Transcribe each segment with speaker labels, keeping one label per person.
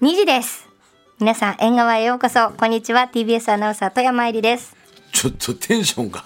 Speaker 1: 2時です皆さん縁側へようこそこんにちは TBS アナウンサー富山えりです
Speaker 2: ちょっとテンションが。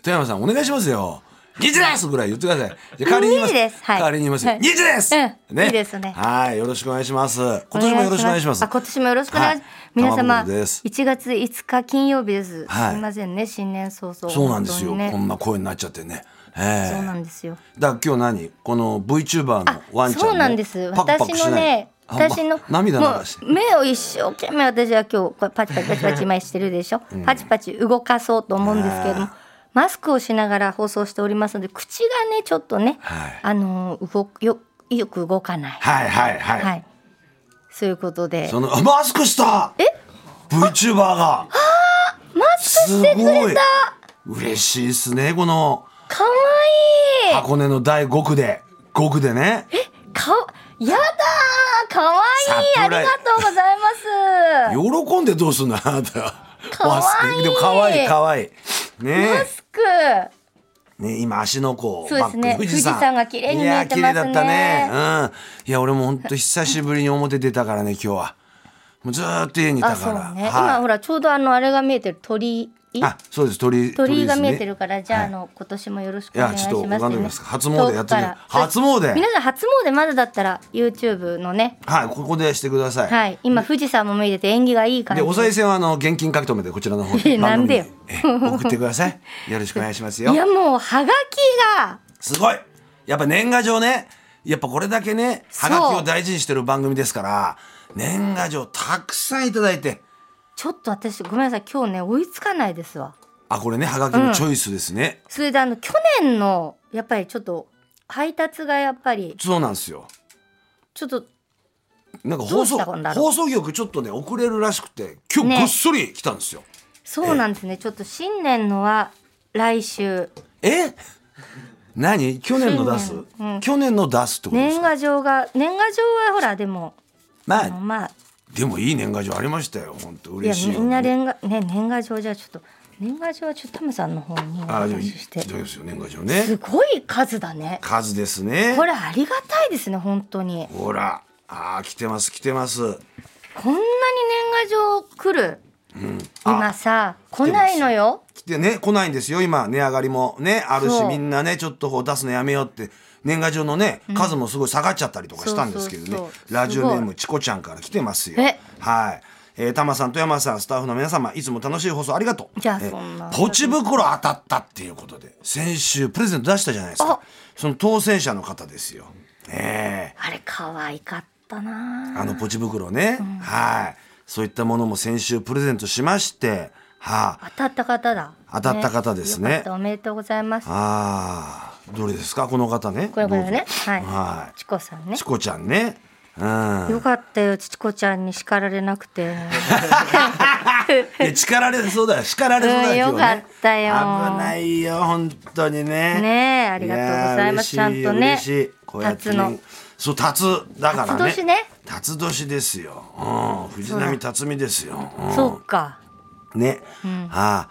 Speaker 2: 富山さん、お願いしますよ。2時ですぐらい言ってください。じゃあ代わりに言います。
Speaker 1: 二時ですはい
Speaker 2: 代わりに言いますよ。
Speaker 1: はい
Speaker 2: 2時です、
Speaker 1: うんいいですね
Speaker 2: はい。よろしくお願いします。今年もよろしくお願いします。
Speaker 1: あ今年もよろしくお願いします、
Speaker 2: はい
Speaker 1: 皆様
Speaker 2: 卵です
Speaker 1: 1月5日金曜日です、
Speaker 2: はい
Speaker 1: すいませんね新年早々
Speaker 2: そうなんですよ。
Speaker 1: 本当にね
Speaker 2: こんな声になっちゃってね。え
Speaker 1: そ
Speaker 2: え
Speaker 1: うなんですよ
Speaker 2: だから今日何この VTuber のワンちゃん
Speaker 1: そうなんです
Speaker 2: パクパク
Speaker 1: 私
Speaker 2: しない
Speaker 1: のね
Speaker 2: あま
Speaker 1: 私の
Speaker 2: 涙
Speaker 1: も
Speaker 2: 流し
Speaker 1: う目を一生懸命私は今日これパチパチパチパチ今してるでしょ、パチパチ動かそうと思うんですけれどもマスクをしながら放送しておりますので口がねちょっとね、
Speaker 2: はい
Speaker 1: あのー動くよよく動かない、
Speaker 2: はいはいはい。
Speaker 1: はい、そういうことで
Speaker 2: そのあマスクした。え？VTuber が。
Speaker 1: マスクしてくれた
Speaker 2: すごい。嬉しいですねこの
Speaker 1: かわいい
Speaker 2: 箱根の第5区で5区でね。
Speaker 1: かやだーかわいい
Speaker 2: サ
Speaker 1: あ
Speaker 2: プラ
Speaker 1: りが
Speaker 2: イ
Speaker 1: とうございます
Speaker 2: 喜んでどうすんのあなた。
Speaker 1: かわいい
Speaker 2: マスクでも可愛い可愛い。ね
Speaker 1: マスク
Speaker 2: ね今足のこう
Speaker 1: そうですね
Speaker 2: バック富士山
Speaker 1: 富士山が綺麗に見えてますね
Speaker 2: いや綺麗だったね。うん。いや俺も本当久しぶりに表出たからね今日は。もうずーっと家にいた
Speaker 1: あ
Speaker 2: か
Speaker 1: そう
Speaker 2: ら。
Speaker 1: ね、今
Speaker 2: は
Speaker 1: ほらちょうどあのあれが見えてる鳥居
Speaker 2: い。あそうです鳥
Speaker 1: 鳥居が
Speaker 2: です
Speaker 1: 見
Speaker 2: ね
Speaker 1: えてるから、じゃあ、あの今年もよろしくお願いし
Speaker 2: いや
Speaker 1: ます
Speaker 2: ちょっと拝んでみます初詣やってみよう
Speaker 1: 遠くから
Speaker 2: 初詣
Speaker 1: 皆さん初詣まだだったら YouTube のね
Speaker 2: はいここでしてください。
Speaker 1: はい今富士山も見えてて縁起がいい感
Speaker 2: で
Speaker 1: じ
Speaker 2: お賽銭はあの現金書き留めてこちらの方
Speaker 1: え
Speaker 2: で
Speaker 1: なんでよ
Speaker 2: 番組にえ送ってください よろしくお願いしますよ
Speaker 1: いやもうはがきが
Speaker 2: すごいやっぱ年賀状ねやっぱこれだけね
Speaker 1: そ
Speaker 2: は
Speaker 1: う
Speaker 2: がきを大事にしてる番組ですから年賀状たくさんいただいて
Speaker 1: ちょっと私ごめんなさい今日ね追いつかないですわ
Speaker 2: あこれねはがきのチョイスですね、
Speaker 1: それであの去年のやっぱりちょっと配達がやっぱり
Speaker 2: そうなんですよ
Speaker 1: ちょっと
Speaker 2: なんか
Speaker 1: ど
Speaker 2: 放
Speaker 1: うし
Speaker 2: 送
Speaker 1: たんだろう
Speaker 2: 放送局ちょっとね遅れるらしくて今
Speaker 1: ね
Speaker 2: 日ごっそり来たんですよ、
Speaker 1: そうなんですねちょっと新年のは来週
Speaker 2: え何去年の出す
Speaker 1: 新、
Speaker 2: 去年の出すってことです
Speaker 1: 年
Speaker 2: か
Speaker 1: 賀状が年賀状はほらでも
Speaker 2: ま
Speaker 1: あの
Speaker 2: あ
Speaker 1: まあ
Speaker 2: でもいい年賀状ありましたよ本当
Speaker 1: いや
Speaker 2: 嬉しいよ
Speaker 1: みんな年賀ね年賀状じゃちょっと年賀状はちょっとタムさんの方にお
Speaker 2: あでもい
Speaker 1: 話
Speaker 2: い
Speaker 1: しして
Speaker 2: そうですよ年賀状
Speaker 1: す
Speaker 2: ね
Speaker 1: ごい数だね
Speaker 2: 数ですね
Speaker 1: これありがたいですね本当に
Speaker 2: ほらあー来てます来てます
Speaker 1: こんなに年賀状来る、今さ来ないのよ
Speaker 2: 来てね来ないんですよ今値上がりもねあるし
Speaker 1: そう
Speaker 2: みんなねちょっとこう出すのやめようって年賀状のね数もすごい下がっちゃったりとかしたんですけどね、
Speaker 1: そうそうそう
Speaker 2: ラジオネー
Speaker 1: すご
Speaker 2: ムチコちゃんから来てますよ
Speaker 1: え
Speaker 2: はいえー、玉さん富山さんスタッフの皆様いつも楽しい放送ありがとう
Speaker 1: じゃあ
Speaker 2: えー
Speaker 1: そんな
Speaker 2: ポチ袋当たったっていうことで先週プレゼント出したじゃないですか
Speaker 1: あ
Speaker 2: その当選者の方ですよええ
Speaker 1: あれ可愛かったな
Speaker 2: あのポチ袋ね、はい、そういったものも先週プレゼントしまして、は
Speaker 1: 当たった方だ
Speaker 2: 当たった方ですね
Speaker 1: よかったおめでとうございます
Speaker 2: あ、ああ、どれですかこの方ね。
Speaker 1: これこれねはい、
Speaker 2: はい
Speaker 1: チコさん
Speaker 2: どう
Speaker 1: ね
Speaker 2: ぞ。チコちゃんね、うん、
Speaker 1: よかったよチコちゃんに叱られなく て
Speaker 2: いや叱られそうだよ、叱られそうだよ、
Speaker 1: うん
Speaker 2: 今日ね
Speaker 1: よかったよ
Speaker 2: 危ないよ、本当にね。
Speaker 1: ねえありがとうございます
Speaker 2: やー嬉し
Speaker 1: ちゃんとね
Speaker 2: 嬉しいこうやってね
Speaker 1: 辰の
Speaker 2: そう、タツだからね。
Speaker 1: 辰年ね。
Speaker 2: 辰年ですよ。うん、藤波辰巳ですよ。うん
Speaker 1: そうか
Speaker 2: ね、ああ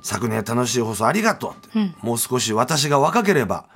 Speaker 2: 昨年は楽しい放送ありがとうって、もう少し私が若ければ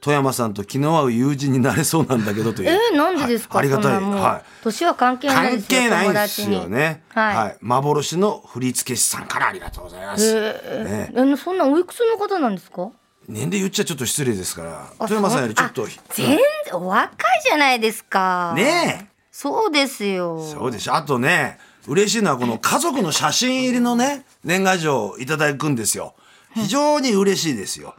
Speaker 2: 富山さんと気の合う友人になれそうなんだけどという
Speaker 1: えー、なんでですか、
Speaker 2: はいありがたい
Speaker 1: そんなもう、
Speaker 2: はい
Speaker 1: 年は関係ないで
Speaker 2: 関
Speaker 1: すよ
Speaker 2: 係ないんですよね
Speaker 1: 友達にはい、
Speaker 2: はい、幻の振付師さんからありがとうございま
Speaker 1: え
Speaker 2: す、
Speaker 1: ーえーそんなおいくつの方なんですか
Speaker 2: 年齢言っちゃちょっと失礼ですから
Speaker 1: あ
Speaker 2: 富山さんよりちょっ
Speaker 1: あ
Speaker 2: と
Speaker 1: 全然お若いじゃないですか
Speaker 2: ねえ
Speaker 1: そうですよ
Speaker 2: そうでしょあとね嬉しいのはこの家族の写真入りのね年賀状をいただくんですよ非常に嬉しいですよ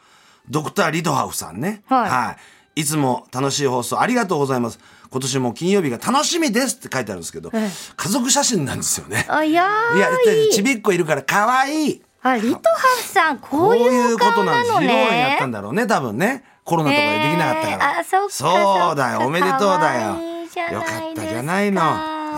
Speaker 2: ドクター・リドハウさんね
Speaker 1: はい
Speaker 2: い、いつも楽しい放送ありがとうございます今年も金曜日が楽しみですって書いてあるんですけど、
Speaker 1: ええ
Speaker 2: 家族写真なんですよね
Speaker 1: あいやー
Speaker 2: いや
Speaker 1: いい
Speaker 2: ちびっこいるから可愛い
Speaker 1: あリトハフさんこういうお顔なの
Speaker 2: 披露宴やっ
Speaker 1: ね
Speaker 2: たんだろうね多分ねコロナとかでできなかったから、
Speaker 1: えーあそっか
Speaker 2: そうだ
Speaker 1: そっ
Speaker 2: よ
Speaker 1: か
Speaker 2: おめでとうだ
Speaker 1: 可愛いじ
Speaker 2: よ
Speaker 1: ゃ
Speaker 2: よ
Speaker 1: な
Speaker 2: か
Speaker 1: い
Speaker 2: っ
Speaker 1: です
Speaker 2: た
Speaker 1: か
Speaker 2: じゃないの、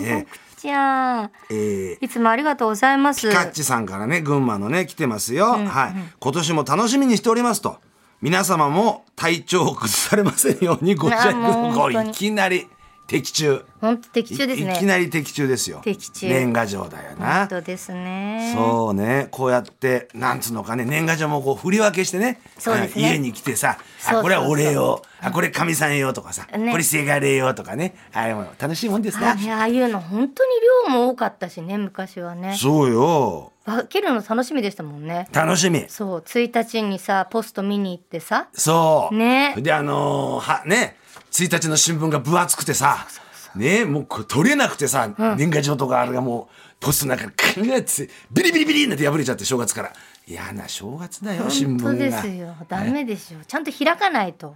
Speaker 2: ええ
Speaker 1: 僕ちゃん
Speaker 2: えー
Speaker 1: いつもありがとうございます
Speaker 2: ピカッチさんからね群馬のね来てますよ、はい今年も楽しみにしておりますと皆様も体調を崩されませんようにご自愛くだ
Speaker 1: あも
Speaker 2: さ
Speaker 1: う
Speaker 2: い
Speaker 1: 本当に
Speaker 2: いきなり的中。
Speaker 1: 本当的中です
Speaker 2: いいきな
Speaker 1: ね。
Speaker 2: り的中ですよ。
Speaker 1: 的中
Speaker 2: 年賀状だよ
Speaker 1: 本
Speaker 2: な。
Speaker 1: 当ですね。
Speaker 2: そうね、こうやって、なんつうのかね、年賀状もこう振り分けしてね。
Speaker 1: そうですね
Speaker 2: あ家に来てさ、
Speaker 1: そうそうそ
Speaker 2: あ、
Speaker 1: う
Speaker 2: これはお礼用、あ、これかみさん用とかさ、
Speaker 1: ね
Speaker 2: これせがれ用とかね。あれも楽しいもんです
Speaker 1: あ
Speaker 2: な。
Speaker 1: ねああいうの本当に量も多かったしね昔はね
Speaker 2: そうよ。
Speaker 1: 分けるの楽しみでしたもんね
Speaker 2: 楽しみ。
Speaker 1: そう1日にさポスト見に行ってさ
Speaker 2: そう。
Speaker 1: ね
Speaker 2: で、あのーは、ね、1日の新聞が分厚くてさ、ね、もうこれ取れなくてさ、年賀状とかあれがもう、ポストなんか、くにゃって、ビリビリビリなんて破れちゃって、正月から。嫌な正月だよ、新
Speaker 1: 本
Speaker 2: 聞が。
Speaker 1: 当ですよダメでしょちゃんと開かないと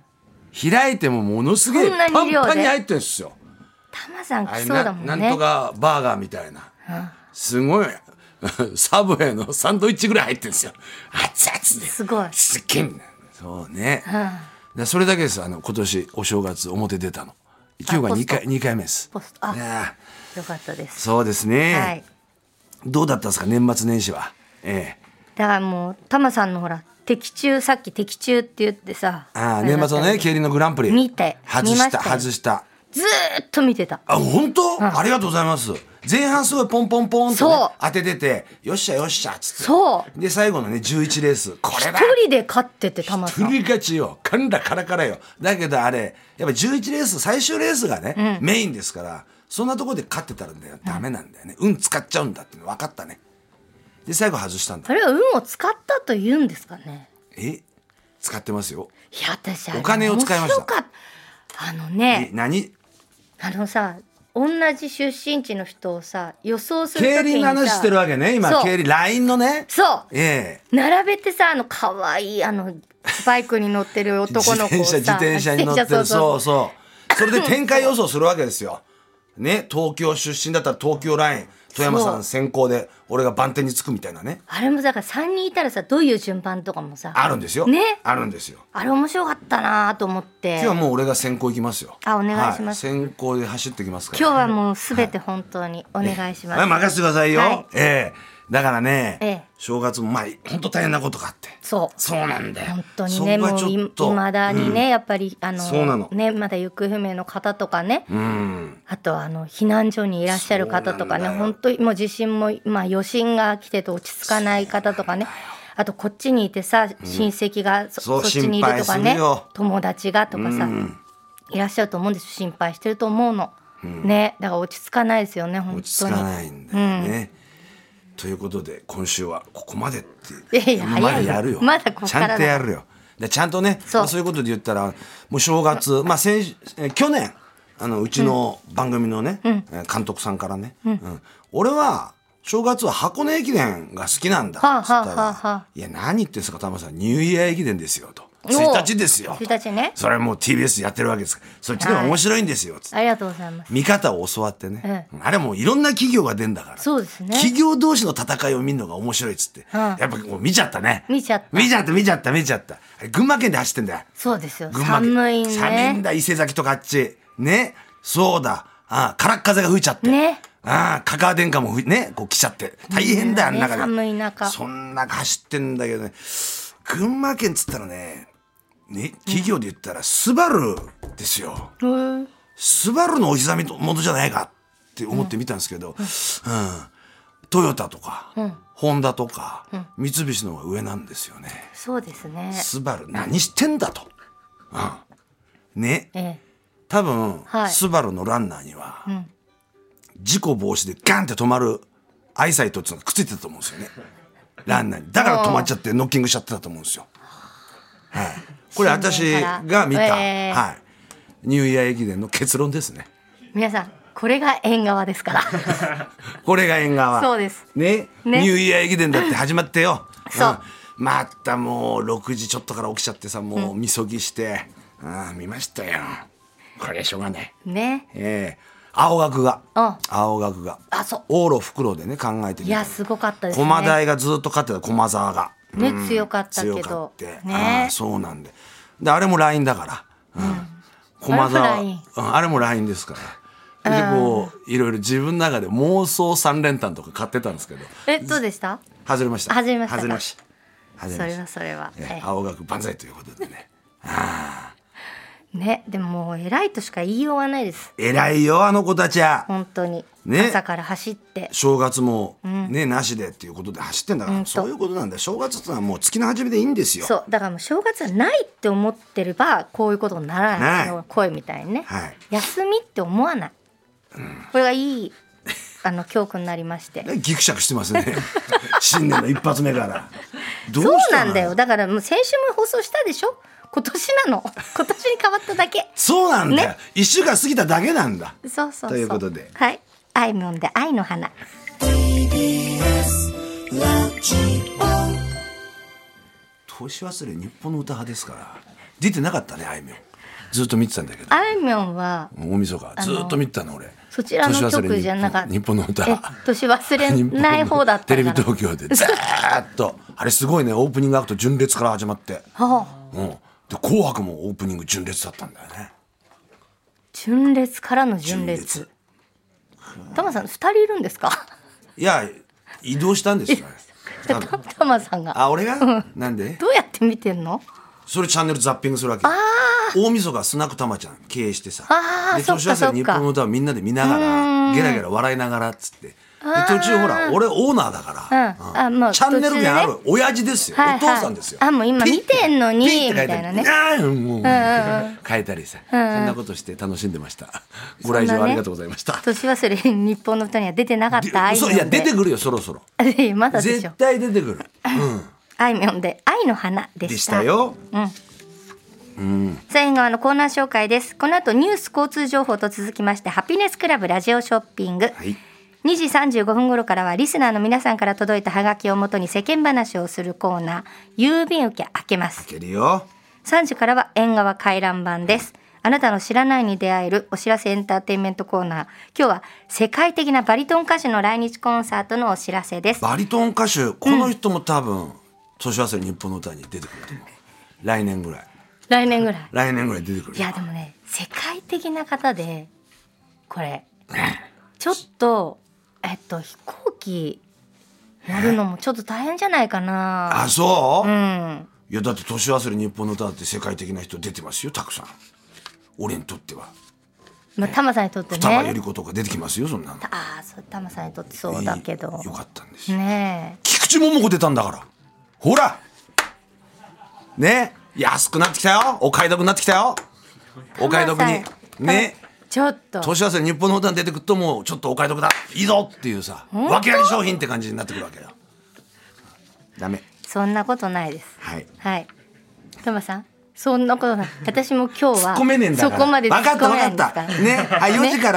Speaker 2: 開いてもものすげえ
Speaker 1: こんなに
Speaker 2: パン
Speaker 1: 量で
Speaker 2: パンに入ってるんですよ。
Speaker 1: タマさん
Speaker 2: あれ
Speaker 1: 来そう
Speaker 2: な
Speaker 1: だもんね
Speaker 2: なんとかバーガーみたいな。すごい。 サブウェイのサンドイッチぐらい入ってるんですよ。熱々で。
Speaker 1: すごい
Speaker 2: すっげえ。そうね。でそれだけです。あの今年お正月表出たの。今日が二
Speaker 1: ポス
Speaker 2: 回二回目です。
Speaker 1: ポストあ
Speaker 2: ねえ
Speaker 1: よかったです
Speaker 2: そうですね、
Speaker 1: はい
Speaker 2: どうだったんですか年末年始は。ええ。
Speaker 1: だからもうタマさんのほら的中さっき的中って言ってさ
Speaker 2: ああ
Speaker 1: れだっ
Speaker 2: 年
Speaker 1: た
Speaker 2: 末の
Speaker 1: け
Speaker 2: ね
Speaker 1: ど
Speaker 2: 競輪のグランプリ。
Speaker 1: 見て
Speaker 2: 外
Speaker 1: 見
Speaker 2: し
Speaker 1: ました
Speaker 2: た
Speaker 1: よ
Speaker 2: 外した。
Speaker 1: ずーっと見てた
Speaker 2: あ本当、ありがとうございます前半すごいポンポンポンと、ね
Speaker 1: そう、
Speaker 2: 当てててよっしゃよっしゃっつって
Speaker 1: そう
Speaker 2: で最後のね11レースこれ
Speaker 1: 一
Speaker 2: だ
Speaker 1: 人で勝っててタマさ
Speaker 2: 振
Speaker 1: ん
Speaker 2: り勝ちよかんだからからよだけどあれやっぱ11レース最終レースがね、メインですからそんなところで勝ってたらねダメなんだよね、運使っちゃうんだっての分かったねで最後外したんだ
Speaker 1: それは運を使ったと言うんですかね
Speaker 2: え使ってますよ
Speaker 1: いや私あれ
Speaker 2: お金を使いました
Speaker 1: 面白かったあの
Speaker 2: え
Speaker 1: ね
Speaker 2: 何
Speaker 1: あのさ同じ出身地の人をさ予想する
Speaker 2: 競
Speaker 1: 時に
Speaker 2: 輪
Speaker 1: さ
Speaker 2: の話してるわけね
Speaker 1: そ
Speaker 2: 今
Speaker 1: う
Speaker 2: 競輪 LINE のね
Speaker 1: そう
Speaker 2: ええ
Speaker 1: 並べてさあの可愛いあのバイクに乗ってる男の子を
Speaker 2: 自
Speaker 1: さ
Speaker 2: 転車自転車に乗って る
Speaker 1: 自転車
Speaker 2: そう
Speaker 1: う
Speaker 2: そうそれで展開予想するわけですよね東京出身だったら東京ライン富山さん先行で俺が番手につくみたいなね
Speaker 1: あれもだから3人いたらさどういう順番とかもさ
Speaker 2: あるんですよ、
Speaker 1: ね
Speaker 2: あるんですよ
Speaker 1: あれ面白かったなと思って
Speaker 2: 今日はもう俺が先行行きますよ
Speaker 1: あお願いします
Speaker 2: は先行で走ってきますから
Speaker 1: 今日はもうすべて本当にお願いします、
Speaker 2: はい任せてくださいよ、
Speaker 1: はい
Speaker 2: ええだからね、
Speaker 1: ええ
Speaker 2: 正月もまあ本当大変なことがあって
Speaker 1: そう
Speaker 2: そうなんだよ
Speaker 1: 本当に
Speaker 2: そこ
Speaker 1: ねも
Speaker 2: が
Speaker 1: う
Speaker 2: ちょ
Speaker 1: い
Speaker 2: っと
Speaker 1: まだにね、やっぱりあの
Speaker 2: そうなの
Speaker 1: ねまだ行方不明の方とかね、
Speaker 2: うん
Speaker 1: あとあの避難所にいらっしゃる方とかね
Speaker 2: そうなんだよ
Speaker 1: 本当にもう地震もまあ余震が来てて落ち着かない方とかねあとこっちにいてさ親戚がそ,、
Speaker 2: そう
Speaker 1: っちにいるとか
Speaker 2: 心配す
Speaker 1: ね
Speaker 2: るよ
Speaker 1: 友達がとかさ、いらっしゃると思うんですよ心配してると思うの、ねだから落ち着かないですよね本当に
Speaker 2: 落ち着かないんだよね。ということで今週はここまでって
Speaker 1: いやいや
Speaker 2: まだ
Speaker 1: 早いよ
Speaker 2: やるよ
Speaker 1: まだここから
Speaker 2: ち
Speaker 1: だ
Speaker 2: ゃんとやるよでちゃんとね
Speaker 1: そう
Speaker 2: まあそういうことで言ったらもう正月、まあ、先え去年あのうちの番組のね、えー監督さんからね、うん俺は正月は箱根駅伝が好きなんだ」っつったら
Speaker 1: はあはあはあはあ
Speaker 2: いや何言ってんすか玉さんニューイヤー駅伝ですよ」と「
Speaker 1: おう
Speaker 2: 1日ですよ」と
Speaker 1: 1日ね
Speaker 2: それはもう TBS やってるわけですからそっちでも面白いんですよ」つって
Speaker 1: ありがとうございます
Speaker 2: 見方を教わってね、あれもういろんな企業が出んだから
Speaker 1: そうですね
Speaker 2: 企業同士の戦いを見るのが面白いっつって、
Speaker 1: ん
Speaker 2: やっぱこう見ちゃったね
Speaker 1: 見ちゃった
Speaker 2: 見ちゃった見ちゃった見ちゃったあれ群馬県で走ってんだよ
Speaker 1: そうですよ
Speaker 2: 群馬県
Speaker 1: 寒い
Speaker 2: 寒いん
Speaker 1: ね
Speaker 2: だ伊勢崎とかあっちねそうだああからっ風が吹いちゃって、
Speaker 1: ね
Speaker 2: ああ香川殿下も吹いねこう来ちゃって大変だよ、
Speaker 1: ね
Speaker 2: あの中で
Speaker 1: 寒い中
Speaker 2: そんな走ってんだけどね群馬県っつったらねね企業で言ったらスバルですよ、
Speaker 1: うん
Speaker 2: スバルのお膝元じゃないかって思ってみたんですけど、うんトヨタとか、ホンダとか、三菱の方が上なんですよね。
Speaker 1: そうですね
Speaker 2: スバル何してんだと。うん、ね
Speaker 1: ええ
Speaker 2: 多分、
Speaker 1: はい
Speaker 2: スバルのランナーには、事故防止でガンって止まるアイサイトっていうのがくっついてたと思うんですよねランナーにだから止まっちゃってノッキングしちゃってたと思うんですよ、はい、これ私が見た、
Speaker 1: えー
Speaker 2: はい、ニューイヤー駅伝の結論ですね
Speaker 1: 皆さんこれが縁側です から
Speaker 2: これが縁側
Speaker 1: そうです
Speaker 2: ね
Speaker 1: ね
Speaker 2: ニューイヤー駅伝だって始まってよ、
Speaker 1: そうん
Speaker 2: またもう6時ちょっとから起きちゃってさもうみそぎして、ああ見ましたよこれしょうがない
Speaker 1: ね
Speaker 2: ええ青学が
Speaker 1: うん
Speaker 2: 青学が
Speaker 1: あそう
Speaker 2: 往路袋でね考えてみ
Speaker 1: い
Speaker 2: た
Speaker 1: やすごかったですね
Speaker 2: 駒台がずっと勝ってた駒沢が
Speaker 1: ね強かったけ
Speaker 2: 強かっ
Speaker 1: ど
Speaker 2: て、ああ
Speaker 1: ね
Speaker 2: そうなんでであれも LINE だから、うん駒沢
Speaker 1: あれも LINE
Speaker 2: うんあれも LINE ですからでこういろいろ自分の中で妄想三連単とか買ってたんですけど
Speaker 1: えどうでした
Speaker 2: 外れました
Speaker 1: 外れましたか
Speaker 2: 外れました外れ
Speaker 1: そ
Speaker 2: ま
Speaker 1: れ
Speaker 2: し
Speaker 1: はそれは、
Speaker 2: たええ
Speaker 1: え
Speaker 2: 青学万歳ということでね
Speaker 1: ねでももう偉いとしか言いようがないです
Speaker 2: 偉いよあの子たちは
Speaker 1: 本当に、
Speaker 2: ね
Speaker 1: 朝から走って
Speaker 2: 正月もね、なしでっていうことで走ってんだから、
Speaker 1: うんと
Speaker 2: そういうことなんだよ正月ってのはもう月の初めでいいんですよ
Speaker 1: そうだからもう正月はないって思ってればこういうことになら
Speaker 2: な
Speaker 1: ないいその声みたいにね、
Speaker 2: はい
Speaker 1: 休みって思わない、これがいいあの教訓になりまして
Speaker 2: ねギクシャクしてます ね新年の一発目からどう
Speaker 1: そう
Speaker 2: した
Speaker 1: なんだよだからもう先週も放送したでしょ今年なの 今年に変わっただけ
Speaker 2: そうなんだよ、
Speaker 1: ね
Speaker 2: 一週間過ぎただけなんだ
Speaker 1: そうそうそう
Speaker 2: ということで
Speaker 1: はいあいみょんで愛の花
Speaker 2: 年忘れ日本の歌派ですから出てなかったねあいみょんずっと見てたんだけど
Speaker 1: あいみょんは
Speaker 2: 大晦日ずっと見てたの俺
Speaker 1: そちらの
Speaker 2: 年忘れ
Speaker 1: 局じゃなかった
Speaker 2: 日本の歌
Speaker 1: え年忘れない方だった
Speaker 2: テ
Speaker 1: から
Speaker 2: レビ東京でずーっとあれすごいねオープニングアクト純烈から始まって、
Speaker 1: はあ
Speaker 2: うん、で「紅白」もオープニング純烈だったんだよね
Speaker 1: 純烈からの純烈タマさん二人いる んですか
Speaker 2: いや移動したんですよね多分
Speaker 1: タマさんが
Speaker 2: あ俺がなんで
Speaker 1: どうやって見てんの
Speaker 2: それチャンネルザッピングするわけ大晦日スナックたまちゃん経営してさ
Speaker 1: あー
Speaker 2: で
Speaker 1: そっか
Speaker 2: 年忘れ日本の歌をみんなで見ながらゲラゲラ笑いながらっつってで途中ほら俺オーナーだから、
Speaker 1: うんあもう
Speaker 2: チャンネル名ある
Speaker 1: 途
Speaker 2: 親父ですよ、
Speaker 1: はいはい
Speaker 2: お父さんですよ
Speaker 1: あもう今見てんのに
Speaker 2: ピッて書いたり
Speaker 1: みたい
Speaker 2: あーもう変えたりさ、そんなことして楽しんでましたご来場ありがとうございました、
Speaker 1: 年忘れ日本の歌には出てなかったあいみょ
Speaker 2: そ
Speaker 1: ん
Speaker 2: う
Speaker 1: で
Speaker 2: いや出てくるよそろそろ
Speaker 1: いやまだでし
Speaker 2: 絶
Speaker 1: ょ
Speaker 2: 対出てくる
Speaker 1: あいみょんで愛の花で
Speaker 2: で
Speaker 1: し
Speaker 2: したたよ
Speaker 1: さあ縁側のコーナー紹介ですこの後ニュース交通情報と続きましてハピネスクラブラジオショッピング、
Speaker 2: はい
Speaker 1: 2時35分頃からはリスナーの皆さんから届いたハガキをもとに世間話をするコーナー郵便受け開けます
Speaker 2: いけるよ
Speaker 1: 3時からは縁側回覧版ですあなたの知らないに出会えるお知らせエンターテインメントコーナー今日は世界的なバリトン歌手の来日コンサートのお知らせです
Speaker 2: バリトン歌手この人も多分、年忘れ日本の歌に出てくると思う来年ぐらい
Speaker 1: 来年ぐらい
Speaker 2: 来年ぐらい出てくる
Speaker 1: いやでもね世界的な方で これちょっとえっと飛行機乗るのもちょっと大変じゃないかな
Speaker 2: あそう、
Speaker 1: うん
Speaker 2: いやだって年忘れ日本の歌だって世界的な人出てますよたくさん俺にとっては
Speaker 1: まあタマさんにとって
Speaker 2: 双葉百
Speaker 1: ね
Speaker 2: 合子とか出てきますよそんなの
Speaker 1: ああそうタマさんにとってそうだけど
Speaker 2: いいよかったんですよ、
Speaker 1: ね
Speaker 2: 菊池桃子出たんだからほらね安くなってきたよお買い得になってきたよお買い得に
Speaker 1: タマさん
Speaker 2: ね
Speaker 1: えちょっと
Speaker 2: 年忘れ日本の歌に出てくるともうちょっとお買い得だいいぞっていうさ訳あり商品って感じになってくるわけよダメ
Speaker 1: そんなことないです
Speaker 2: はい
Speaker 1: はいタマさんそんなことない私も今日は
Speaker 2: 突っ込めねえんだから
Speaker 1: そこまで突
Speaker 2: 分か
Speaker 1: っ
Speaker 2: った
Speaker 1: 込めない
Speaker 2: 分
Speaker 1: ん
Speaker 2: かった
Speaker 1: ですから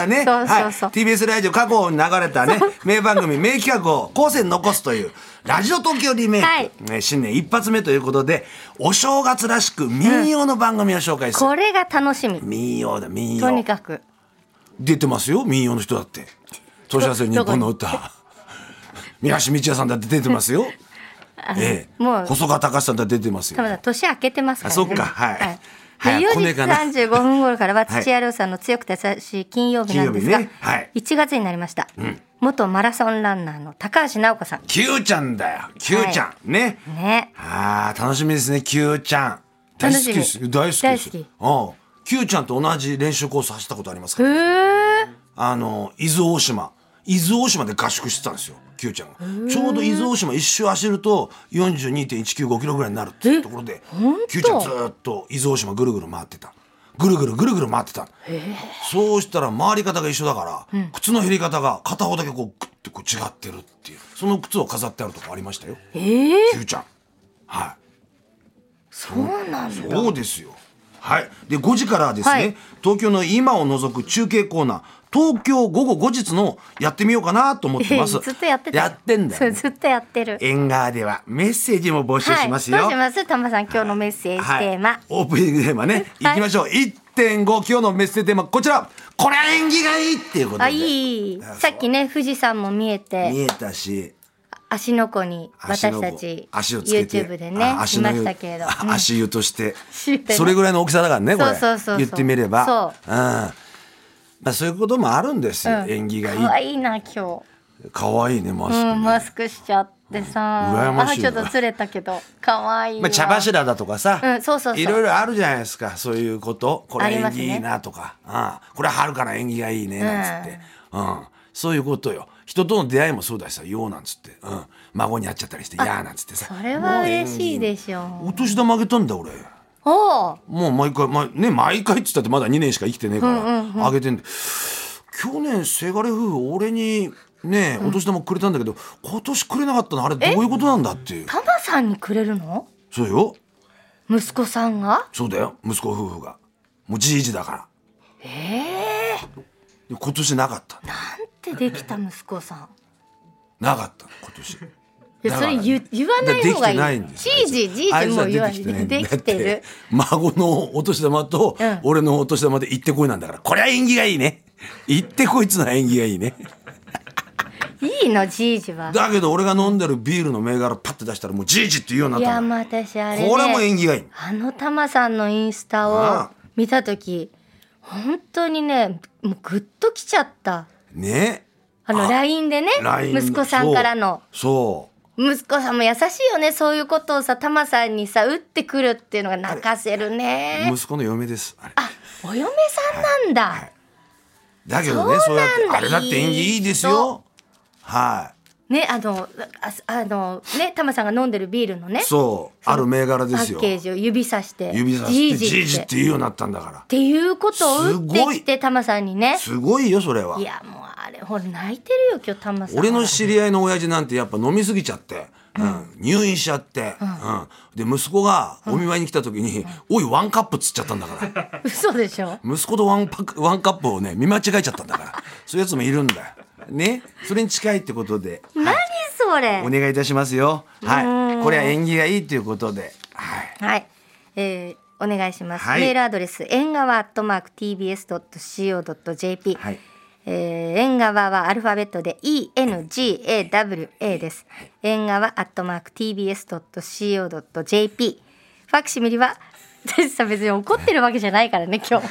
Speaker 2: ね はい4時からね
Speaker 1: そう
Speaker 2: はい
Speaker 1: そうそう、
Speaker 2: TBS ラジオ過去に流れたね名番組名企画を後世に残すというラジオ東京リメイク、
Speaker 1: はい
Speaker 2: ね、新年一発目ということでお正月らしく民謡の番組を紹介する、
Speaker 1: これが楽しみ
Speaker 2: 民謡だ民
Speaker 1: と
Speaker 2: 謡
Speaker 1: にかく
Speaker 2: 出てますよ民謡の人だって年忘れ日本の 歌宮橋道也さんだって出てますよ
Speaker 1: あの
Speaker 2: ええ、
Speaker 1: もう
Speaker 2: 細川隆さんだって出てます
Speaker 1: 多
Speaker 2: よ。
Speaker 1: 分年明けてますから、ね、
Speaker 2: あそっかはい
Speaker 1: で
Speaker 2: 早く来ねえかな
Speaker 1: 4時35分頃からは土屋亮さんの強くて優しい金曜日なんですが、
Speaker 2: 金曜日ねはい
Speaker 1: 1月になりました、元マラソンランナーの高橋尚子さん
Speaker 2: キューちゃんだよ。キューちゃん、ね。
Speaker 1: ね
Speaker 2: ああ楽しみですねキューちゃん。大
Speaker 1: 楽
Speaker 2: 好
Speaker 1: し
Speaker 2: き
Speaker 1: み
Speaker 2: ですよ。大好き
Speaker 1: 大
Speaker 2: で
Speaker 1: 好
Speaker 2: す
Speaker 1: き
Speaker 2: よ。うん。キューちゃんと同じ練習コース走ったことありますか
Speaker 1: へ
Speaker 2: ら。
Speaker 1: え
Speaker 2: あの伊豆大島。伊豆大島で合宿してたんですよ。キューちゃんが。ちょうど伊豆大島一周走ると42.195キロぐらいになるっていうところで、キューちゃんずーっと伊豆大島ぐるぐる回ってた。ぐるぐるぐるぐる回ってた。そうしたら回り方が一緒だから、靴の減り方が片方だけこうグッてこう違ってるっていう。その靴を飾ってあるとこありましたよ。
Speaker 1: ええ
Speaker 2: キューちゃん。はい。
Speaker 1: そうなんだ
Speaker 2: そうですよ。はい。で5時からはですね、
Speaker 1: はい
Speaker 2: 東京の今を除く中継コーナー、東京午後5時のやってみようかなと思ってます。
Speaker 1: ずっとやってた
Speaker 2: んだよ、ね
Speaker 1: そう。ずっとやってる
Speaker 2: 縁側ではメッセージも募集しますよ。
Speaker 1: はい、どうしますタマさん今日のメッセージテーマ、
Speaker 2: はい、オープニングテーマね、
Speaker 1: はい
Speaker 2: い、きましょう。1.5今日のメッセージテーマこちら。これは縁起がいいっていうことで。
Speaker 1: あいいさっきね富士山も見えて
Speaker 2: 見えたし。
Speaker 1: 足の湖に
Speaker 2: 足の
Speaker 1: 私たち
Speaker 2: 足をつけて
Speaker 1: YouTube でね
Speaker 2: あ
Speaker 1: 見ましたけれど、
Speaker 2: あ
Speaker 1: うん
Speaker 2: 足湯と して
Speaker 1: 足湯ね
Speaker 2: それぐらいの大きさだからねこれ
Speaker 1: そうそうそうそう
Speaker 2: 言ってみれば
Speaker 1: そ
Speaker 2: んまあ、そういうこともあるんですよ、
Speaker 1: うん
Speaker 2: 縁起がいい
Speaker 1: 可愛いな今日
Speaker 2: 可愛いねマスク
Speaker 1: う
Speaker 2: ね、
Speaker 1: ん、マスクしちゃっってさ、
Speaker 2: 羨ましい
Speaker 1: あちょっとずれたけど可愛いわ
Speaker 2: まあ、茶柱だとかさ、
Speaker 1: うんそうそうそう
Speaker 2: いろいろあるじゃないですかそういうことこ
Speaker 1: あ
Speaker 2: れ
Speaker 1: り
Speaker 2: 縁
Speaker 1: ますね
Speaker 2: 起いいなとか、ああこれは春から縁起がいいねなんつって、うんそういうことよ人との出会いもそうだしさ「よう」なんつって、うん、孫に会っちゃったりして「やー」なんつってさ
Speaker 1: それは嬉しいでし
Speaker 2: も
Speaker 1: ょ
Speaker 2: うお年玉あげたんだ俺
Speaker 1: おお
Speaker 2: もう毎回、ま、ね毎回っつったってまだ2年しか生きてねえから、
Speaker 1: うん
Speaker 2: あげてんで去年せがれ夫婦俺にねお年玉くれたんだけど、今年くれなかったのあれどういうことなんだっていう
Speaker 1: タマさんにくれるの
Speaker 2: そうよ
Speaker 1: 息子さんが
Speaker 2: そうだよ息子夫婦がもうじいじだから
Speaker 1: えー、
Speaker 2: で今年なかった
Speaker 1: ってできた息子さん
Speaker 2: なかった今年
Speaker 1: いやそれ言言わない方がいい
Speaker 2: だからできてないんです
Speaker 1: じいじじいじもう言わ
Speaker 2: あ
Speaker 1: ない
Speaker 2: つ
Speaker 1: い
Speaker 2: ら
Speaker 1: で
Speaker 2: でき
Speaker 1: きて
Speaker 2: てない
Speaker 1: る
Speaker 2: だって孫のお年玉と
Speaker 1: うん
Speaker 2: 俺のお年玉で行ってこいなんだからこりゃ縁起がいいね行ってこいっつうのは縁起がいいね
Speaker 1: いいのじいじは
Speaker 2: だけど俺が飲んでるビールの銘柄パッて出したらもうじいじって言うように
Speaker 1: い
Speaker 2: なった
Speaker 1: や
Speaker 2: んだ
Speaker 1: まあ私あれ、ね、
Speaker 2: これも縁起がいい
Speaker 1: あのタマさんのインスタ
Speaker 2: あ
Speaker 1: を
Speaker 2: あ
Speaker 1: 見た時本当にねもうグッときちゃった
Speaker 2: ね
Speaker 1: あの
Speaker 2: あ
Speaker 1: LINE でね
Speaker 2: LINE の
Speaker 1: 息子さんからの
Speaker 2: そう
Speaker 1: 息子さんも優しいよねそういうことをさタマさんにさ打ってくるっていうのが泣かせるね
Speaker 2: 息子の嫁ですあれ
Speaker 1: あお嫁さんなんだ、
Speaker 2: だけどね
Speaker 1: そ
Speaker 2: そうう
Speaker 1: な
Speaker 2: や
Speaker 1: ん
Speaker 2: っ
Speaker 1: だ
Speaker 2: てあれだって縁起いいですよはい
Speaker 1: ねあのああのねタマさんが飲んでるビールのね
Speaker 2: そうある銘柄で
Speaker 1: パ
Speaker 2: すよ
Speaker 1: ッケージを指さして
Speaker 2: 指さ
Speaker 1: じい
Speaker 2: して
Speaker 1: じ
Speaker 2: じいじ
Speaker 1: っ
Speaker 2: ってて言うようになったんだから
Speaker 1: っていうことを打って
Speaker 2: すご
Speaker 1: き
Speaker 2: い
Speaker 1: てタマさんにね
Speaker 2: すごいよそれはい
Speaker 1: やもうあれほら泣いてるよ今日タマさん
Speaker 2: 俺の知り合いの親父なんてやっぱ飲みすぎちゃって、うん、入院しちゃって、うん、で息子がお見舞いに来た時に「おいワンカップ」っつっちゃったんだから
Speaker 1: 嘘でしょ
Speaker 2: 息子とワンパクワンカップをね見間違えちゃったんだからそういうやつもいるんだよ。ねそれに近いってことで
Speaker 1: 何それ
Speaker 2: お願いいたしますよ。はい、これは縁起がいいということで、はい、
Speaker 1: はい、えーお願いします、
Speaker 2: はい
Speaker 1: メールアドレス縁側アットマーク tbs.co.jp、
Speaker 2: はい
Speaker 1: えー縁側はアルファベットで ENGAWA です。縁側アットマーク TBS.CO.JP。ファクシミリは、 私さ別に怒ってるわけじゃないからね、 今日。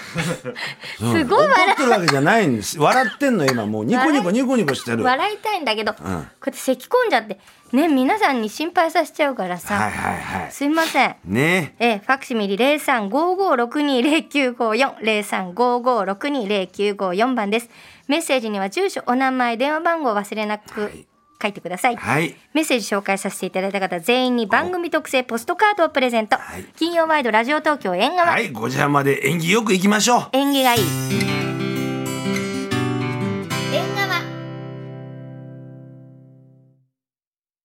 Speaker 1: すごい
Speaker 2: 怒
Speaker 1: 笑
Speaker 2: ってるわけじゃないんです。笑ってんの今もうニコニコニコニコして
Speaker 1: い
Speaker 2: る。はい
Speaker 1: 笑いたいんだけど、こうやって咳込んじゃって、ね、皆さんに心配させちゃうからさ、
Speaker 2: はいはい。
Speaker 1: すいません。
Speaker 2: ね、
Speaker 1: えーファクシミリ零三五五六二零九五四零三五五六二零九五四番です。メッセージには住所、お名前、電話番号を忘れなく
Speaker 2: い
Speaker 1: 書いてください。
Speaker 2: はい。
Speaker 1: メッセージ紹介させていただいた方全員に番組特製ポストカードをプレゼント。
Speaker 2: い
Speaker 1: 金曜ワイドラジオ東京縁側、
Speaker 2: はい、ご邪魔で縁起よくいきましょう。
Speaker 1: 縁起がいい。